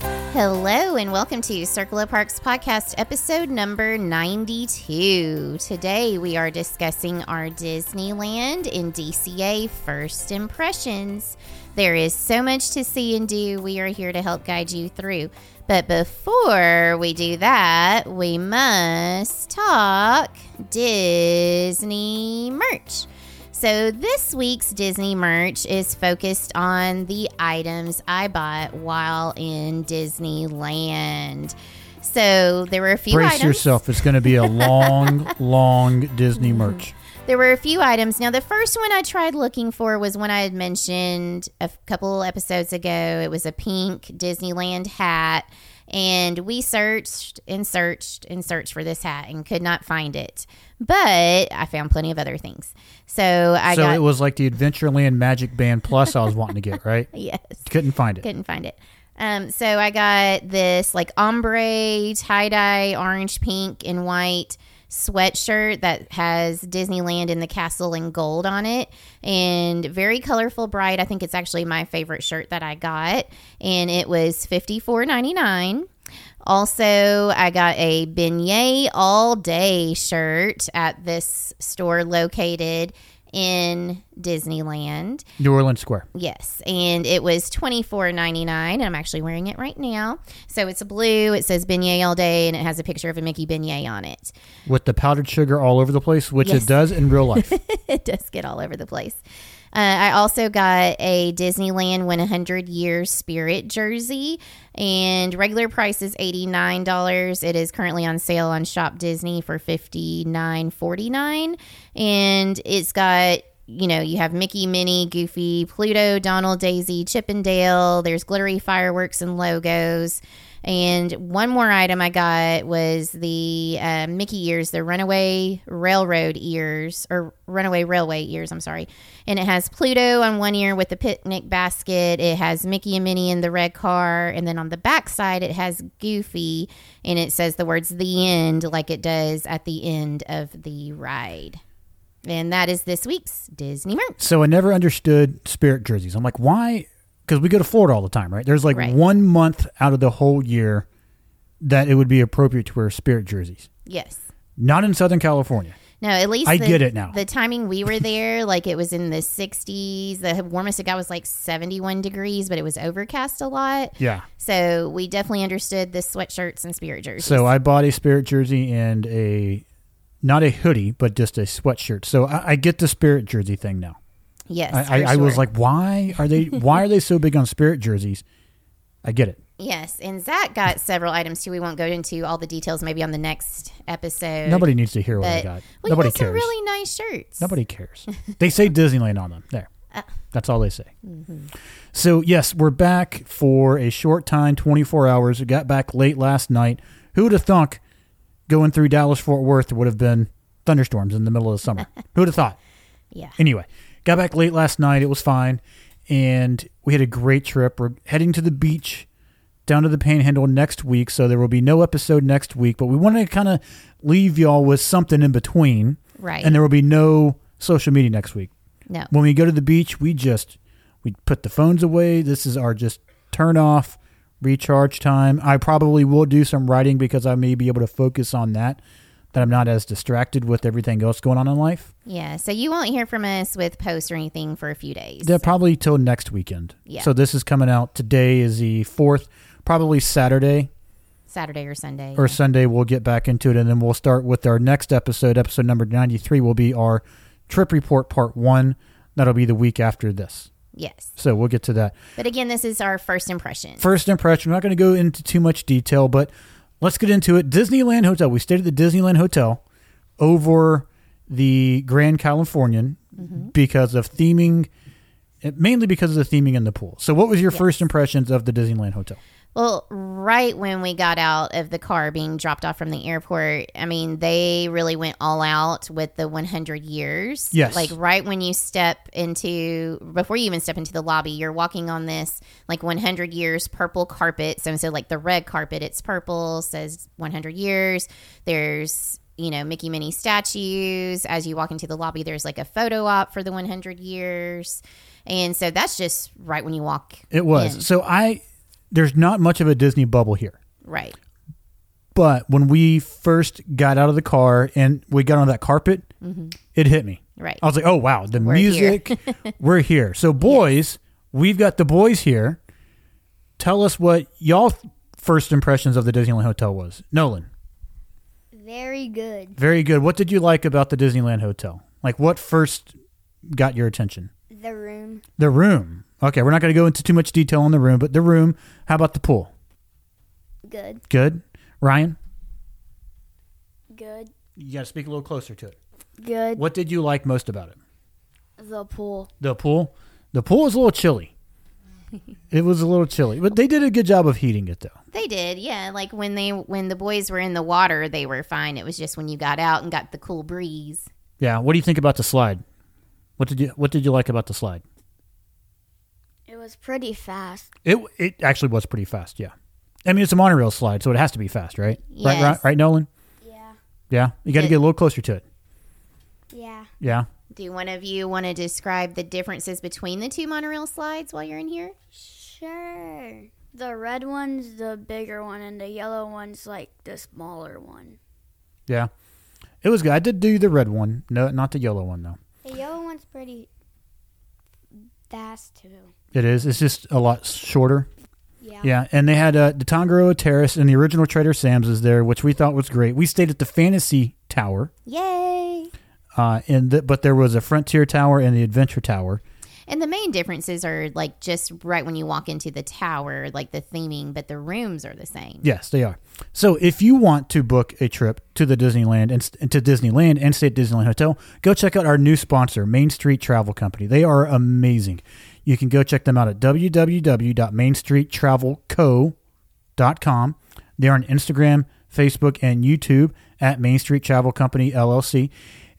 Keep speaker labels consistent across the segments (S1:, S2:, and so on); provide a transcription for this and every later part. S1: Hello, and welcome to Circle of Parks podcast, episode number 92. Today we are discussing our Disneyland and DCA first impressions. There is so much to see and do. We are here to help guide you through. But before we do that, we must talk Disney merch. So, this week's Disney merch is focused on the items I bought while in Disneyland. So, there were a few
S2: Brace
S1: items.
S2: yourself. It's going to be a long, long Disney merch.
S1: There were a few items. Now, the first one I tried looking for was one I had mentioned a f- couple episodes ago. It was a pink Disneyland hat. And we searched and searched and searched for this hat and could not find it. But I found plenty of other things. So I
S2: so
S1: got.
S2: it was like the Adventureland Magic Band Plus I was wanting to get, right?
S1: yes.
S2: Couldn't find it.
S1: Couldn't find it. Um, so I got this like ombre tie dye orange, pink, and white sweatshirt that has Disneyland and the castle in gold on it and very colorful bright. I think it's actually my favorite shirt that I got and it was fifty four ninety nine. Also, I got a beignet all day shirt at this store located in Disneyland.
S2: New Orleans Square.
S1: Yes, and it was twenty four ninety nine, and I'm actually wearing it right now. So it's blue. It says beignet all day, and it has a picture of a Mickey beignet on it.
S2: With the powdered sugar all over the place, which
S1: Yes.
S2: it does in real life.
S1: it does get all over the place. Uh, I also got a Disneyland 100 Year Spirit jersey, and regular price is eighty nine dollars. It is currently on sale on Shop Disney for fifty nine forty nine, and it's got you know you have Mickey, Minnie, Goofy, Pluto, Donald, Daisy, Chippendale. There's glittery fireworks and logos. And one more item I got was the uh, Mickey ears, the Runaway Railroad ears, or Runaway Railway ears, I'm sorry. And it has Pluto on one ear with the picnic basket. It has Mickey and Minnie in the red car. And then on the back side, it has Goofy. And it says the words the end, like it does at the end of the ride. And that is this week's Disney merch.
S2: so I never understood spirit jerseys. I'm like, why? Because we go to Florida all the time, right? There's like
S1: Right.
S2: one month out of the whole year that it would be appropriate to wear spirit jerseys.
S1: Yes.
S2: Not in Southern California.
S1: No, at least
S2: I
S1: the,
S2: get it now.
S1: The timing we were there, like it was in the 60s. The warmest it got was like 71 degrees, but it was overcast a lot.
S2: Yeah.
S1: So we definitely understood the sweatshirts and spirit jerseys.
S2: So I bought a spirit jersey and a not a hoodie, but just a sweatshirt. So I, I get the spirit jersey thing now.
S1: yes,
S2: I,
S1: for
S2: I, I was
S1: sure.
S2: like, why are they why are they so big on spirit jerseys? I get it.
S1: yes. And Zach got several items too. We won't go into all the details. Maybe on the next episode.
S2: Nobody needs to hear what I
S1: But
S2: got.
S1: we
S2: Nobody
S1: got some
S2: cares.
S1: really nice shirts.
S2: Nobody cares. they say Disneyland on them. There.
S1: Uh.
S2: That's all they say.
S1: Mm-hmm.
S2: So yes, we're back for a short time, 24 hours. We got back late last night. Who would have thunk going through Dallas Fort Worth would have been thunderstorms in the middle of the summer? Who would have thought?
S1: Yeah.
S2: Anyway, got back late last night. It was fine, and we had a great trip. We're heading to the beach down to the Panhandle next week, so there will be no episode next week. But we wanted to kind of leave y'all with something in between,
S1: Right.
S2: And there will be no social media next week.
S1: No.
S2: When we go to the beach, we just we put the phones away. This is our just turn off, recharge time. I probably will do some writing because I may be able to focus on that. That I'm not as distracted with everything else going on in life.
S1: Yeah. So you won't hear from us with posts or anything for a few days.
S2: Yeah, probably till next weekend.
S1: Yeah.
S2: So this is coming out today is the fourth, probably Saturday
S1: Saturday or Sunday.
S2: or Sunday. We'll get back into it, and then we'll start with our next episode. Episode number ninety three will be our trip report part one. That'll be the week after this.
S1: yes.
S2: So we'll get to that.
S1: But again, this is our first impression.
S2: First impression. We're not going to go into too much detail, but let's get into it. Disneyland Hotel. We stayed at the Disneyland Hotel over the Grand Californian because of theming, eh, mainly because of the theming in the pool. So, what was your first impressions of the Disneyland Hotel?
S1: Well, right when we got out of the car being dropped off from the airport, I mean, they really went all out with the 100 years.
S2: Yes.
S1: Like right when you step into, before you even step into the lobby, you're walking on this like 100 years purple carpet. So, so like the red carpet, it's purple, says 100 years. There's, you know, Mickey Minnie statues. As you walk into the lobby, there's like a photo op for the 100 years. And so that's just right when you walk.
S2: It was
S1: in.
S2: so I. there's not much of a Disney bubble here.
S1: Right.
S2: But when we first got out of the car and we got on that carpet, it hit me.
S1: Right.
S2: I was like, oh, wow, the
S1: We're here.
S2: music, we're here. So, boys, we've got the boys here. Tell us what y'all first impressions of the Disneyland Hotel was. Nolan,
S3: Very good.
S2: very good. What did you like about the Disneyland Hotel? Like, what first got your attention?
S3: The room.
S2: The room. Okay, we're not going to go into too much detail on the room, but the room. How about the pool?
S3: Good.
S2: Good. Ryan,
S3: Good.
S2: you got to speak a little closer to it.
S3: Good.
S2: What did you like most about it?
S3: The pool.
S2: The pool. The pool was a little chilly. it was a little chilly, but they did a good job of heating it, though.
S1: They did, yeah. Like when they when the boys were in the water, they were fine. It was just when you got out and got the cool breeze.
S2: Yeah. What do you think about the slide? What did you What did you like about the slide?
S3: It was pretty fast.
S2: It It actually was pretty fast. Yeah. I mean, it's a monorail slide, so it has to be fast, right? Right, right,
S1: Yes.
S2: right, Nolan.
S3: Yeah.
S2: Yeah. You got to
S1: It-
S2: get a little closer to it.
S3: Yeah.
S2: Yeah.
S1: Do one of you want to describe the differences between the two monorail slides while you're in here?
S3: Sure. The red one's the bigger one, and the yellow one's like the smaller one.
S2: Yeah. It was good. I did do the red one. No, not the yellow one though.
S3: The yellow one's pretty fast too.
S2: It is. It's just a lot shorter.
S3: Yeah.
S2: Yeah, and they had uh, the Tongaroa Terrace and the original Trader Sam's is there, which we thought was great. We stayed at the Fantasy Tower,
S1: Yay!
S2: uh, and th- but there was a Frontier Tower and the Adventure Tower.
S1: And the main differences are like just right when you walk into the tower, like the theming, but the rooms are the same.
S2: Yes, they are. So if you want to book a trip to the Disneyland and st- to Disneyland and stay at Disneyland Hotel, go check out our new sponsor, Main Street Travel Company. They are amazing. You can go check them out at www.mainstreettravelco.com. They are on Instagram, Facebook, and YouTube at Main Street Travel Company LLC.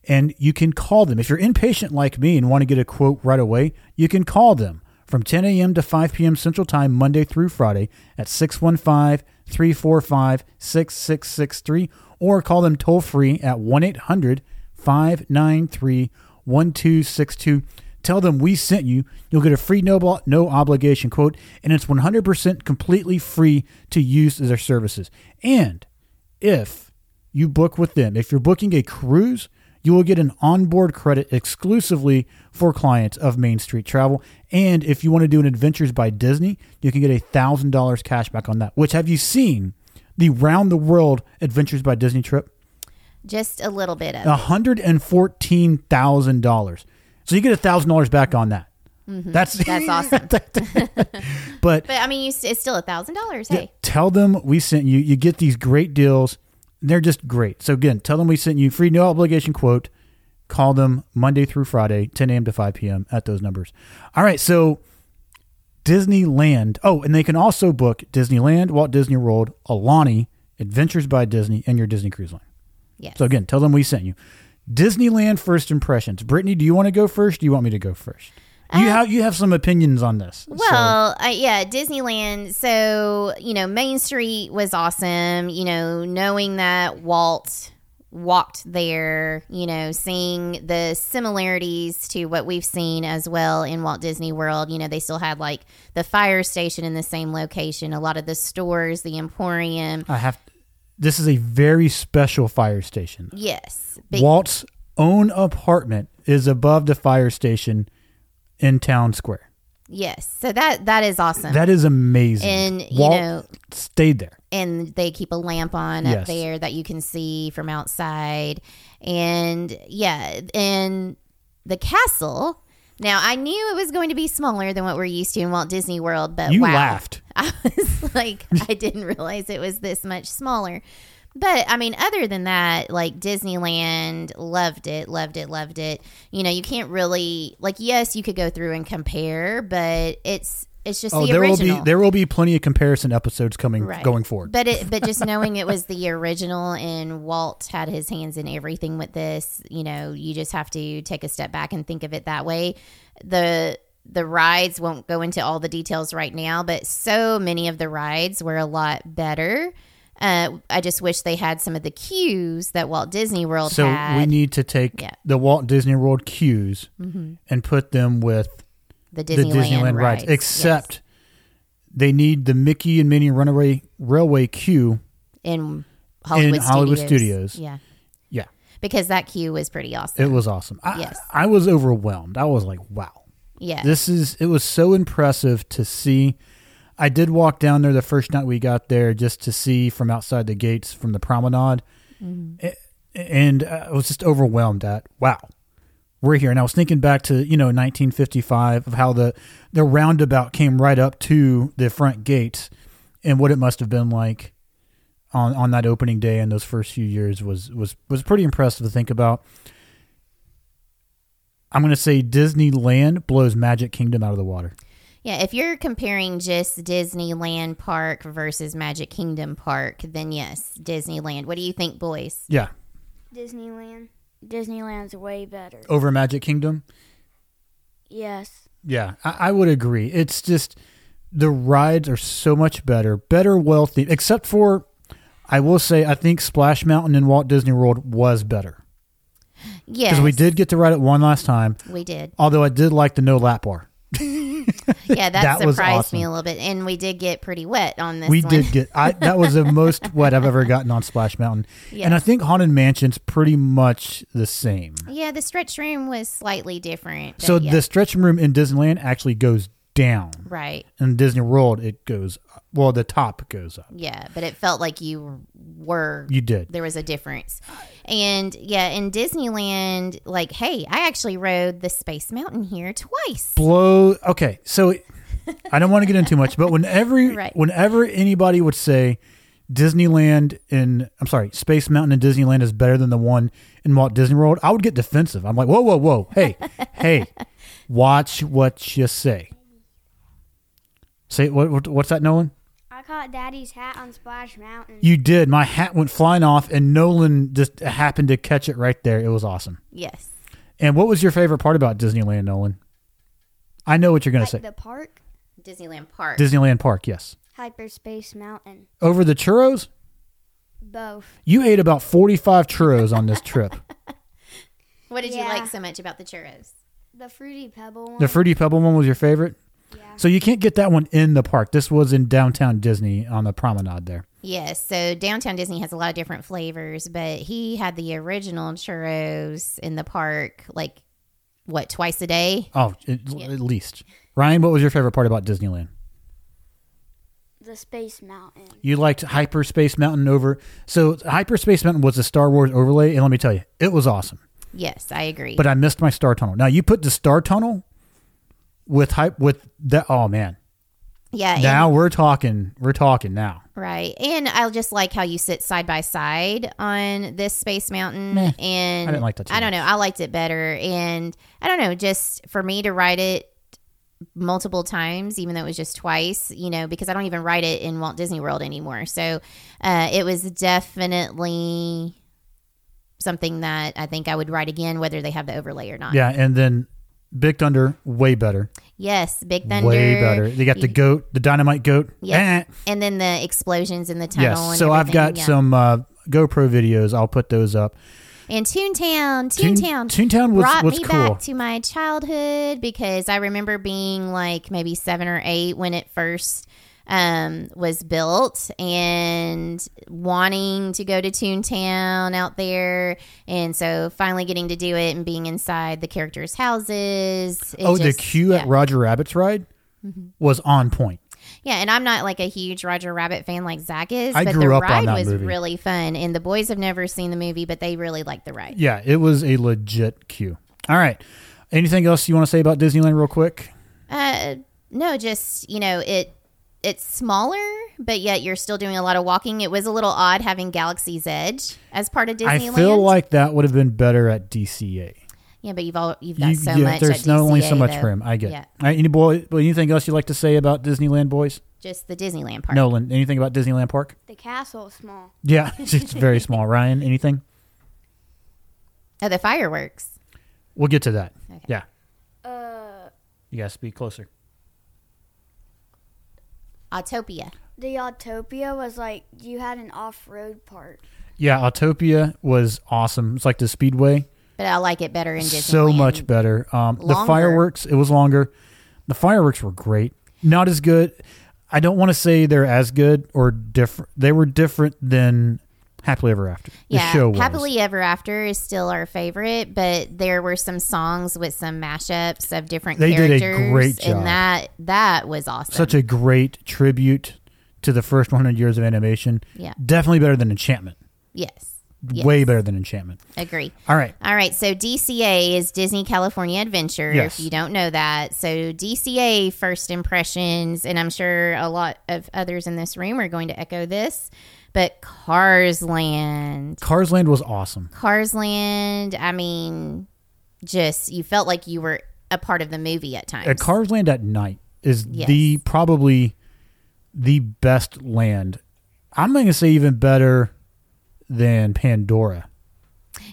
S2: And you can call them. If you're impatient like me and want to get a quote right away, you can call them from 10 a.m. to 5 p.m. Central Time, Monday through Friday at 615 345 6663 or call them toll free at 1 800 593 1262. Tell them we sent you. You'll get a free no, no obligation quote, and it's 100% completely free to use their services. And if you book with them, if you're booking a cruise, you will get an onboard credit exclusively for clients of Main Street Travel. And if you want to do an Adventures by Disney, you can get a thousand dollars cash back on that. Which have you seen the round the world Adventures by Disney trip?
S1: Just a little bit of.
S2: hundred and fourteen thousand dollars. So you get a thousand dollars back on that. That's
S1: Mm-hmm. That's awesome.
S2: but
S1: But I mean, you, s- it's still a thousand dollars. Hey,
S2: tell them we sent you. You get these great deals. They're just great. So again, tell them we sent you free no obligation quote. Call them Monday through Friday, 10 a.m. to 5 p.m. at those numbers. All right. So Disneyland. Oh, and they can also book Disneyland, Walt Disney World, Alani, Adventures by Disney, and your Disney Cruise Line.
S1: yes.
S2: So again, tell them we sent you. Disneyland first impressions. Brittany, do you want to go first? Do you want me to go first? you have you have some opinions on this. so-
S1: Uh, Well, uh, yeah, Disneyland. So, you know, Main Street was awesome. You know, knowing that Walt walked there, you know, seeing the similarities to what we've seen as well in Walt Disney World. You know, they still had like the fire station in the same location, a lot of the stores, the Emporium.
S2: I have. This is a very special fire station.
S1: Yes. Big,
S2: Walt's own apartment is above the fire station in Town Square.
S1: yes. So that that is awesome.
S2: That is amazing.
S1: And, you
S2: Walt
S1: know-
S2: stayed there.
S1: and they keep a lamp on
S2: Yes.
S1: up there that you can see from outside and yeah and the castle now i knew it was going to be smaller than what we're used to in walt disney world but
S2: You
S1: wow
S2: laughed.
S1: i was like i didn't realize it was this much smaller but I mean, other than that, like Disneyland, loved it, loved it, loved it. You know, you can't really like. Yes, you could go through and compare, but it's it's just
S2: Oh,
S1: the
S2: there
S1: original.
S2: will be there will be plenty of comparison episodes coming
S1: Right.
S2: going forward.
S1: But it, but just knowing it was the original and Walt had his hands in everything with this, you know, you just have to take a step back and think of it that way. The the rides won't go into all the details right now, but so many of the rides were a lot better. Uh, I just wish they had some of the cues that Walt Disney World
S2: so
S1: had.
S2: we need to take
S1: Yeah. Mm-hmm.
S2: the Walt Disney World cues and put them with
S1: the
S2: the Disneyland rides,
S1: rides.
S2: except they need the Mickey and Minnie Runaway Railway queue.
S1: in Hollywood,
S2: In Hollywood Studios.
S1: Yeah,
S2: Yeah,
S1: because that queue was pretty awesome.
S2: it was awesome. I,
S1: Yes.
S2: I was overwhelmed. I was like, wow,
S1: yeah,
S2: this is. It was so impressive to see. I did walk down there the first night we got there just to see from outside the gates from the promenade, A- and uh, I was just overwhelmed at wow, we're here. And I was thinking back to you know 1955 of how the the roundabout came right up to the front gates, and what it must have been like on on that opening day and those first few years was was was pretty impressive to think about. I'm going to say Disneyland blows Magic Kingdom out of the water.
S1: yeah. If you're comparing just Disneyland Park versus Magic Kingdom Park, then yes, Disneyland. What do you think, boys?
S2: Yeah,
S3: Disneyland. Disneyland's way better.
S2: over Magic Kingdom.
S3: Yes.
S2: Yeah, I, I would agree. It's just the rides are so much better, better wealthy, except for I will say I think Splash Mountain in Walt Disney World was better
S1: Yes,
S2: because we did get to ride it one last time.
S1: We did.
S2: Although I did like the no lap bar.
S1: Yeah, that,
S2: That was
S1: surprised
S2: awesome.
S1: me a little bit, and we did get pretty wet on this.
S2: we
S1: one.
S2: did get I, that was the most wet I've ever gotten on Splash Mountain, and I
S1: Yes.
S2: think Haunted Mansion's pretty much the same.
S1: Yeah, the stretch room was slightly different. but
S2: so
S1: yeah,
S2: the stretch room in Disneyland actually goes down,
S1: right,
S2: in Disney World it goes well. The top goes up.
S1: yeah, but it felt like you were
S2: You did.
S1: there was a difference, and yeah, in Disneyland, like, hey, I actually rode the Space Mountain here twice.
S2: blow okay so i don't want to get into much but whenever
S1: Right.
S2: whenever anybody would say disneyland in i'm sorry space mountain in disneyland is better than the one in walt disney world i would get defensive i'm like whoa whoa whoa hey hey watch what you say say what, what what's that nolan
S4: I caught Daddy's hat on Splash Mountain.
S2: you did my hat went flying off and nolan just happened to catch it right there it was awesome
S1: Yes,
S2: and what was your favorite part about disneyland nolan i know what you're gonna
S4: like
S2: say
S4: the park,
S1: Disneyland Park.
S2: disneyland park yes
S4: Hyperspace Mountain,
S2: over the churros.
S4: both.
S2: You ate about 45 churros on this trip.
S1: what did you
S4: Yeah.
S1: like so much about the churros?
S4: The Fruity Pebble one.
S2: The Fruity Pebble one was your favorite?
S4: Yeah.
S2: So you can't get that one in the park. This was in downtown Disney on the promenade there.
S1: Yes, so downtown Disney has a lot of different flavors, but he had the original churros in the park, like what twice a day.
S2: Oh, at, at least. Ryan, what was your favorite part about Disneyland?
S3: The Space Mountain.
S2: You liked Hyperspace Mountain over. So Hyperspace Mountain was a Star Wars overlay, and let me tell you, it was awesome.
S1: Yes, I agree.
S2: But I missed my Star Tunnel. Now you put the Star Tunnel with hype with that. Oh man,
S1: yeah, and-
S2: now we're talking. We're talking now.
S1: Right. And I just like how you sit side by side on this Space Mountain. And
S2: I didn't like that too
S1: I don't know. I liked it better. And I don't know, just for me to ride it multiple times, even though it was just twice, you know, because I don't even ride it in Walt Disney World anymore. So uh, it was definitely something that I think I would ride again, whether they have the overlay or not.
S2: Yeah, and then Big Thunder way better.
S1: Yes. Big Thunder.
S2: Way better. They got the goat, the dynamite goat.
S1: Yeah.
S2: Eh.
S1: And then the explosions in the tunnel.
S2: Yes.
S1: and
S2: So I've
S1: everything.
S2: got
S1: Yeah.
S2: some uh, GoPro videos. I'll put those up.
S1: And Toontown,
S2: Toon-
S1: Toontown,
S2: Toontown was-
S1: brought
S2: was
S1: me
S2: cool.
S1: back to my childhood because I remember being like maybe seven or eight when it first um, was built and wanting to go to Toontown out there, and so finally getting to do it and being inside the characters' houses. It
S2: oh, the
S1: just- Mm-hmm.
S2: queue
S1: yeah.
S2: at Roger Rabbit's ride was on point.
S1: Yeah, and I'm not like a huge Roger Rabbit fan like Zach is,
S2: I
S1: but the
S2: grew up on
S1: ride
S2: that
S1: was
S2: movie.
S1: really fun. And the boys have never seen the movie, but they really liked the ride.
S2: Yeah, it was a legit queue. All right. Anything else you want to say about Disneyland, real quick?
S1: Uh, no, just you know it. It's smaller, but yet you're still doing a lot of walking. It was a little odd having Galaxy's Edge as part of Disneyland.
S2: I feel like that would have been better at DCA.
S1: yeah, but you've all you've got
S2: You-
S1: so
S2: yeah,
S1: much.
S2: there's
S1: at
S2: not only
S1: DCA,
S2: so much
S1: though.
S2: room. I get.
S1: Yeah.
S2: It. All right, any boy, well, anything else you'd like to say about Disneyland, boys?
S1: just the Disneyland part.
S2: Nolan, anything about Disneyland Park?
S4: The castle small.
S2: Yeah, it's very small. Ryan, anything?
S1: Oh, the fireworks.
S2: We'll get to that.
S1: Okay.
S2: Yeah.
S3: Uh,
S2: You guys be closer.
S1: Autopia.
S3: the Autopia was like you had an off-road part.
S2: Yeah, Autopia was awesome. It's like the Speedway,
S1: But I like it better in Disneyland.
S2: so much better. Um, the
S1: Longer.
S2: fireworks, it was longer. The fireworks were great. Not as good. I don't want to say they're as good or different. They were different than Happily Ever After. The
S1: Yeah,
S2: show was.
S1: Happily Ever After is still our favorite, but there were some songs with some mashups of different
S2: They did a
S1: characters,
S2: great job.
S1: and that that was awesome.
S2: Such a great tribute to the first 100 years of animation.
S1: Yeah.
S2: Definitely better than Enchantment.
S1: yes, Yes.
S2: Way better than Enchantment.
S1: agree.
S2: All right.
S1: All right, so DCA is Disney California Adventure.
S2: Yes.
S1: If you don't know that, so DCA first impressions, and I'm sure a lot of others in this room are going to echo this, but Cars Land,
S2: Cars Land was awesome.
S1: Cars Land. I mean, just you felt like you were a part of the movie at times.
S2: At Cars Land at night is
S1: Yes.
S2: the probably the best land. I'm going to say even better than Pandora.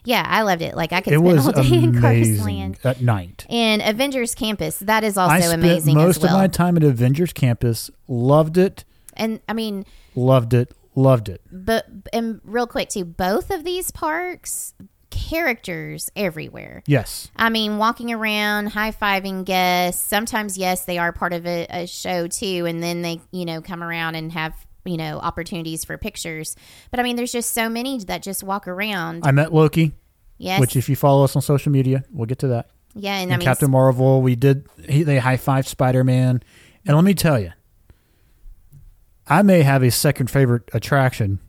S1: yeah, I loved it. Like I could
S2: it
S1: spend
S2: was
S1: all day in Cars
S2: amazing
S1: Land.
S2: at night.
S1: And Avengers Campus, that is also
S2: I spent
S1: amazing
S2: most
S1: as well.
S2: of my time at Avengers Campus. Loved it.
S1: and I mean,
S2: Loved it. Loved it.
S1: but and real quick too, both of these parks characters everywhere.
S2: Yes.
S1: I mean, walking around, high fiving guests. Sometimes, yes, they are part of a, a show too, and then they, you know, come around and have you know opportunities for pictures. But I mean, there's just so many that just walk around.
S2: I met Loki,
S1: yes,
S2: Uh, which if you follow us on social media, we'll get to that.
S1: yeah, and,
S2: And,
S1: I mean,
S2: Captain Marvel, we did he, they high five Spider Man, and let me tell you, I may have a second favorite attraction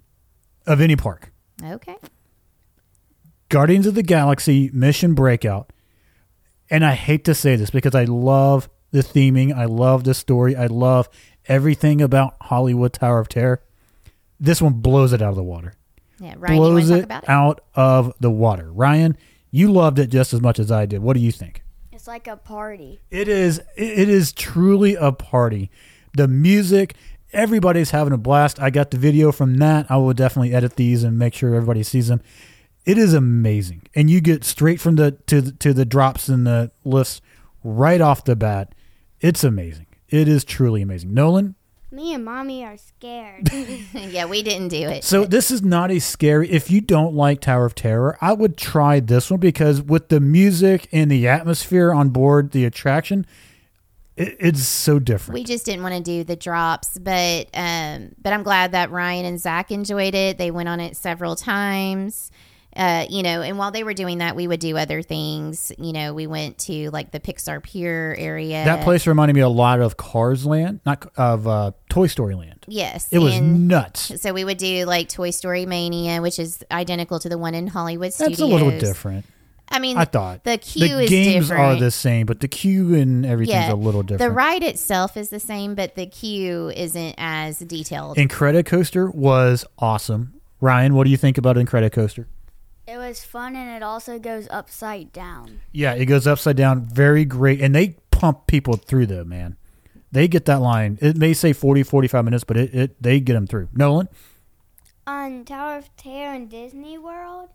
S2: of any park.
S1: okay,
S2: Guardians of the Galaxy Mission Breakout. And I hate to say this because I love the theming, I love the story, I love everything about Hollywood Tower of Terror. This one blows it out of the water.
S1: yeah, Ryan, you want
S2: blows
S1: to talk
S2: it,
S1: about it?
S2: out of the water. Ryan, you loved it just as much as I did. What do you think?
S4: It's like a party.
S2: It is it is truly a party. The music, everybody's having a blast. I got the video from that. I will definitely edit these and make sure everybody sees them. It is amazing, and you get straight from the to the, to the drops and the lifts right off the bat. It's amazing. It is truly amazing. Nolan,
S4: Me and mommy are scared.
S1: yeah, we didn't do it.
S2: so this is not a scary. If you don't like Tower of Terror, I would try this one because with the music and the atmosphere on board the attraction, it, it's so different.
S1: We just didn't want to do the drops, but um, but I'm glad that Ryan and Zach enjoyed it. They went on it several times. Uh, you know, and while they were doing that, we would do other things. You know, we went to like the Pixar Pier area.
S2: That place reminded me a lot of Cars Land, not of uh, Toy Story Land.
S1: yes,
S2: It was
S1: and
S2: nuts.
S1: so we would do like Toy Story Mania, which is identical to the one in Hollywood Studios.
S2: That's a little different.
S1: I mean,
S2: I thought
S1: the queue is
S2: games
S1: different.
S2: are the same, but the queue and everything's a little
S1: The
S2: different.
S1: ride itself is the same, but the queue isn't as detailed.
S2: Incredicoaster was awesome. Ryan, what do you think about Incredicoaster?
S3: It was fun and it also goes upside down.
S2: Yeah, it goes upside down. Very great. And they pump people through though, man. They get that line. It may say 40, 45 minutes, but it, it they get them through. Nolan?
S4: On Tower of Terror in Disney World,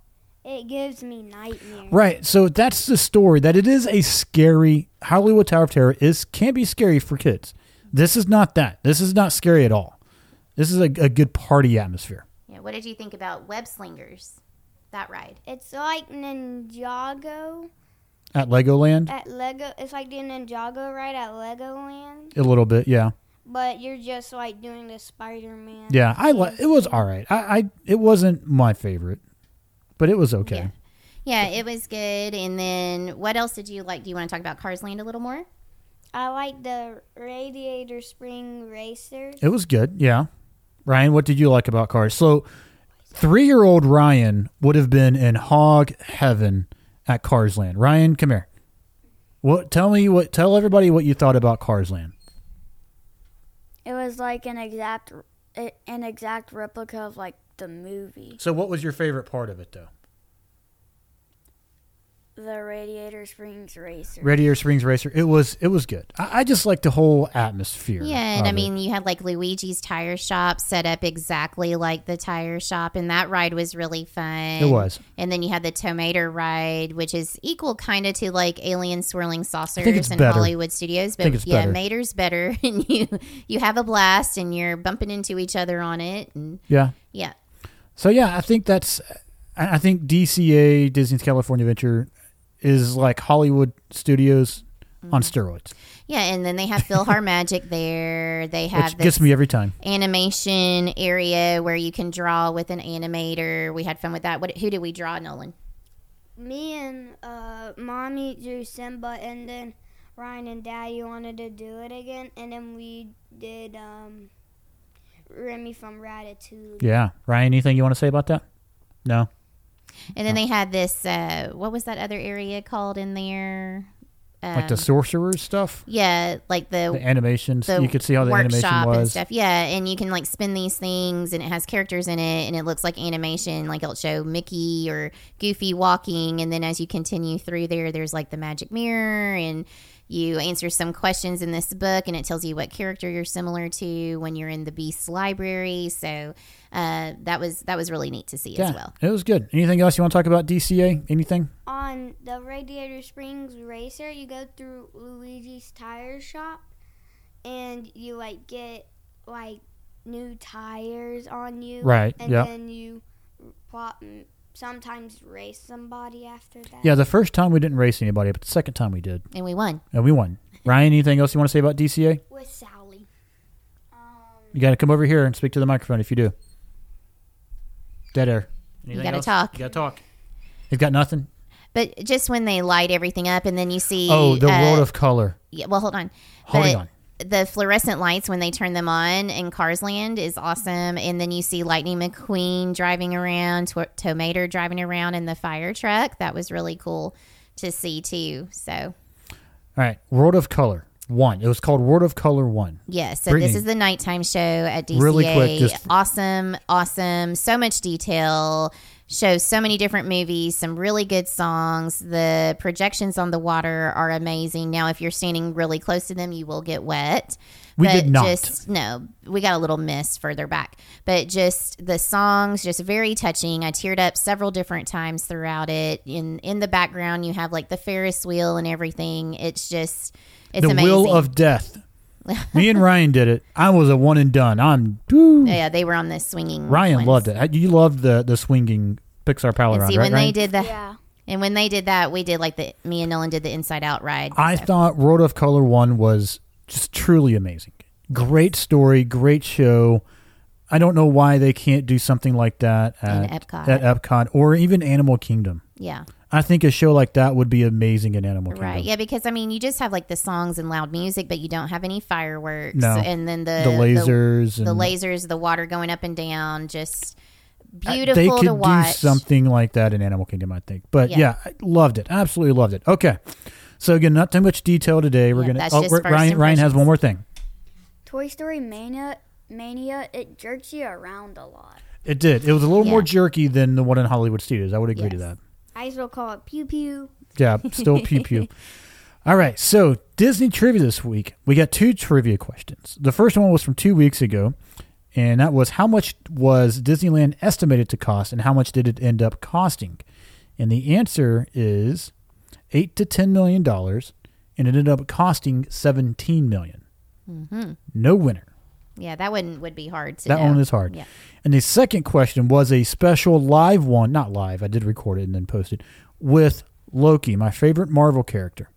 S4: it gives me nightmares.
S2: Right. So that's the story that it is a scary Hollywood Tower of Terror is can be scary for kids. This is not that. This is not scary at all. This is a, a good party atmosphere.
S1: yeah, what did you think about Web Slingers? That ride.
S4: It's like Ninjago
S2: At Legoland,
S4: at Lego. It's like the Ninjago ride at Legoland,
S2: a little bit, yeah.
S4: but you're just like doing the Spider-Man.
S2: Yeah. I li- it was all right. I, I it wasn't my favorite, but it was okay.
S1: Yeah, it was good. And then what else did you like? Do you want to talk about Cars Land a little more?
S4: I like the Radiator Spring Racer.
S2: It was good, yeah. Ryan, what did you like about cars? So three year old Ryan would have been in hog heaven at Cars Land. Ryan, come here. What tell me what tell everybody what you thought about Cars Land.
S3: It was like an exact it- an exact replica of like the movie.
S2: So what was your favorite part of it though?
S3: The Radiator Springs Racer.
S2: Radiator Springs Racer. It was it was good. I, I just like the whole atmosphere.
S1: Yeah, and
S2: of
S1: I
S2: it.
S1: mean, you had like Luigi's Tire Shop set up exactly like the tire shop, and that ride was really fun.
S2: It was.
S1: And then you had the Tomato Ride, which is equal kind of to like Alien Swirling
S2: it's
S1: Saucers in
S2: better.
S1: Hollywood Studios, but
S2: think it's
S1: yeah,
S2: better.
S1: Mater's better, and you you have a blast, and you're bumping into each other on it, and
S2: Yeah.
S1: yeah,
S2: So yeah, I think that's I I think DCA Disney's California Adventure is like Hollywood Studios on
S1: Mm-hmm.
S2: steroids,
S1: Yeah, and then they have Philhar Magic there. They have
S2: which gets me every time.
S1: animation area where you can draw with an animator. We had fun with that. What? Who did we draw, Nolan?
S4: Me and uh, mommy drew Simba, and then Ryan and Daddy wanted to do it again, and then we did um, Remy from Ratatouille.
S2: Yeah, Ryan, anything you want to say about that? No,
S1: And then they had this. Uh, what was that other area called in there? Um,
S2: like the sorcerers stuff,
S1: yeah, like the
S2: the animations. you could see how the animation
S1: and
S2: was.
S1: stuff. Yeah, and you can like spin these things, and it has characters in it, and it looks like animation. Like it'll show Mickey or Goofy walking, and then as you continue through there, there's like the magic mirror, and you answer some questions in this book, and it tells you what character you're similar to when you're in the Beast Library. So uh, that was that was really neat to see
S2: Yeah,
S1: as well.
S2: it was good. Anything else you want to talk about? DCA? Anything?
S4: On the Radiator Springs Racer, you go through Luigi's Tire Shop, and you like get like new tires on you,
S2: Right,
S4: And
S2: yeah.
S4: then you plop, sometimes race somebody after that.
S2: Yeah, the first time we didn't race anybody, but the second time we did,
S1: And we won.
S2: and we won. Ryan, anything else you want to say about DCA?
S4: With Sally.
S2: You got to come over here and speak to the microphone if you do. Dead air. Anything
S1: gotta
S2: else?
S1: talk.
S2: You got to talk. You've got nothing.
S1: But just when they light everything up, and then you see
S2: Oh, the
S1: uh,
S2: world of color.
S1: Yeah, well, hold on.
S2: Hold
S1: But
S2: on.
S1: The fluorescent lights when they turn them on in Cars Land is awesome, and then you see Lightning McQueen driving around, Tw- Tomater driving around in the fire truck. That was really cool to see too. So
S2: All right, World of Color One. It was called World of Color One.
S1: yeah, so
S2: Brittany.
S1: this is the nighttime show at DCA.
S2: Really quick, just-
S1: awesome, awesome. So much detail. Shows so many different movies, some really good songs. The projections on the water are amazing. Now, if you're standing really close to them, you will get wet.
S2: We did not.
S1: Just, no, we got a little miss further back, but just the songs, just very touching. I teared up several different times throughout it. In in the background, you have like the Ferris wheel and everything. It's just, it's
S2: the
S1: amazing.
S2: Wheel of Death. Me and Ryan did it. I was a one and done. I'm. woo.
S1: yeah, they were on the swinging. ones.
S2: Ryan loved it. You loved the the swinging Pixar Palaron,
S1: And see
S2: right?
S1: when
S2: Ryan?
S1: they did that,
S3: Yeah.
S1: and when they did that, we did like the me and Nolan did the Inside Out ride.
S2: I thought World of Color One was just truly amazing. Great story, great show. I don't know why they can't do something like that
S1: In
S2: at
S1: Epcot.
S2: at Epcot or even Animal Kingdom.
S1: yeah,
S2: I think a show like that would be amazing in Animal Kingdom.
S1: right. Yeah, because I mean, you just have like the songs and loud music, but you don't have any fireworks.
S2: No.
S1: and then the
S2: The lasers
S1: the
S2: and
S1: lasers, the water going up and down, just
S2: I-
S1: beautiful
S2: Uh, They could
S1: to watch.
S2: do something like that in Animal Kingdom, I think. But yeah.
S1: Yeah.
S2: I loved it. Absolutely loved it. Okay. So again, not too much detail today. We're
S1: Yeah,
S2: gonna.
S1: that's
S2: Oh,
S1: just
S2: we're-
S1: first
S2: Ryan. Ryan has
S1: impressions.
S2: one more thing.
S3: Toy Story Mania, Mania, it jerks you around a lot.
S2: It did. It was a little more
S1: Yeah.
S2: jerky than the one in Hollywood Studios. I would agree to
S1: Yes.
S2: that.
S4: I still call it pew pew.
S2: Yeah, still pew pew. All right, so Disney trivia this week. We got two trivia questions. The first one was from two weeks ago, and that was how much was Disneyland estimated to cost, and how much did it end up costing? And the answer is eight to ten million dollars, and it ended up costing seventeen million. No winner.
S1: yeah, that one would be hard to.
S2: That
S1: know.
S2: one is hard.
S1: Yeah.
S2: And the second question was a special live one, not live. I did record it and then post it with Loki, my favorite Marvel character.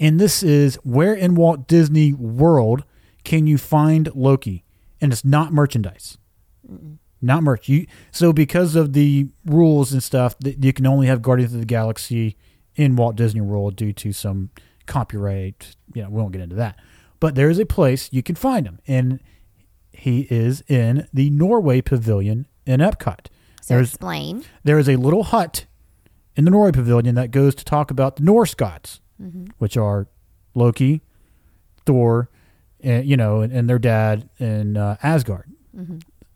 S2: And this is where in Walt Disney World can you find Loki? And it's not merchandise, not merch. You so because of the rules and stuff, that you can only have Guardians of the Galaxy in Walt Disney World due to some copyright. You know, we won't get into that. But there is a place you can find him, and he is in the Norway Pavilion in Epcot.
S1: So
S2: There's
S1: explain.
S2: there is a little hut in the Norway Pavilion that goes to talk about the Norse gods,
S1: Mm-hmm.
S2: which are Loki, Thor, and, you know, and, and their dad in uh, Asgard.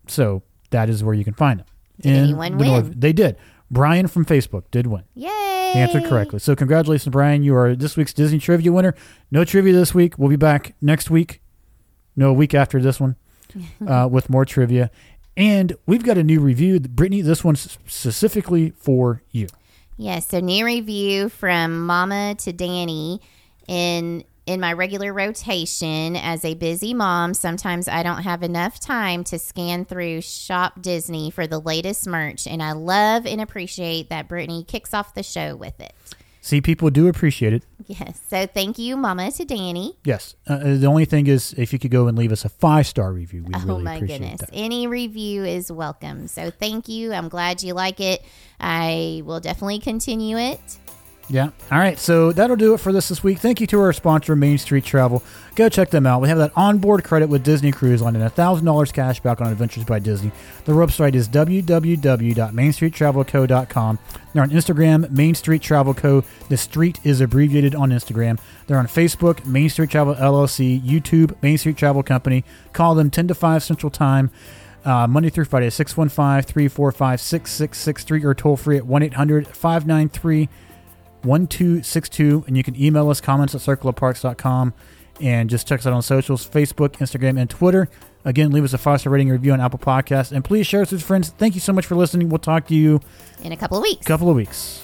S2: So that is where you can find them.
S1: Mm-hmm. Did
S2: In
S1: anyone
S2: the Norway-
S1: win?
S2: They did. Brian from Facebook did win.
S1: Yay!
S2: He answered correctly. So congratulations, Brian. You are this week's Disney trivia winner. No trivia this week. We'll be back next week. No, a week after this one uh, with more trivia. And we've got a new review. Brittany, this one's specifically for you.
S1: Yes, so new review from Mama to Danny in in my regular rotation as a busy mom, sometimes I don't have enough time to scan through Shop Disney for the latest merch and I love and appreciate that Brittany kicks off the show with it.
S2: See, people do appreciate it.
S1: Yes. So thank you, Mama, to Danny.
S2: Yes. Uh, the only thing is, if you could go and leave us a five star review, we
S1: oh
S2: really
S1: my
S2: appreciate
S1: goodness.
S2: that.
S1: Any review is welcome. So thank you. I'm glad you like it. I will definitely continue it.
S2: Yeah. All right. So that'll do it for this this week. Thank you to our sponsor, Main Street Travel. Go check them out. We have that onboard credit with Disney Cruise Line and $1,000 cash back on Adventures by Disney. Their website is www.mainstreettravelco.com. They're on Instagram, Main Street Travel Co. The street is abbreviated on Instagram. They're on Facebook, Main Street Travel LLC, YouTube, Main Street Travel Company. Call them 10 to 5 Central Time. Uh, Monday through Friday, 615 345 6663 or toll free at 1 800 593 1262 and you can email us comments at circleofparks.com and just check us out on socials facebook instagram and twitter again leave us a foster rating and review on apple Podcasts, and please share us with friends thank you so much for listening we'll talk to you
S1: in a couple of weeks.
S2: a couple of weeks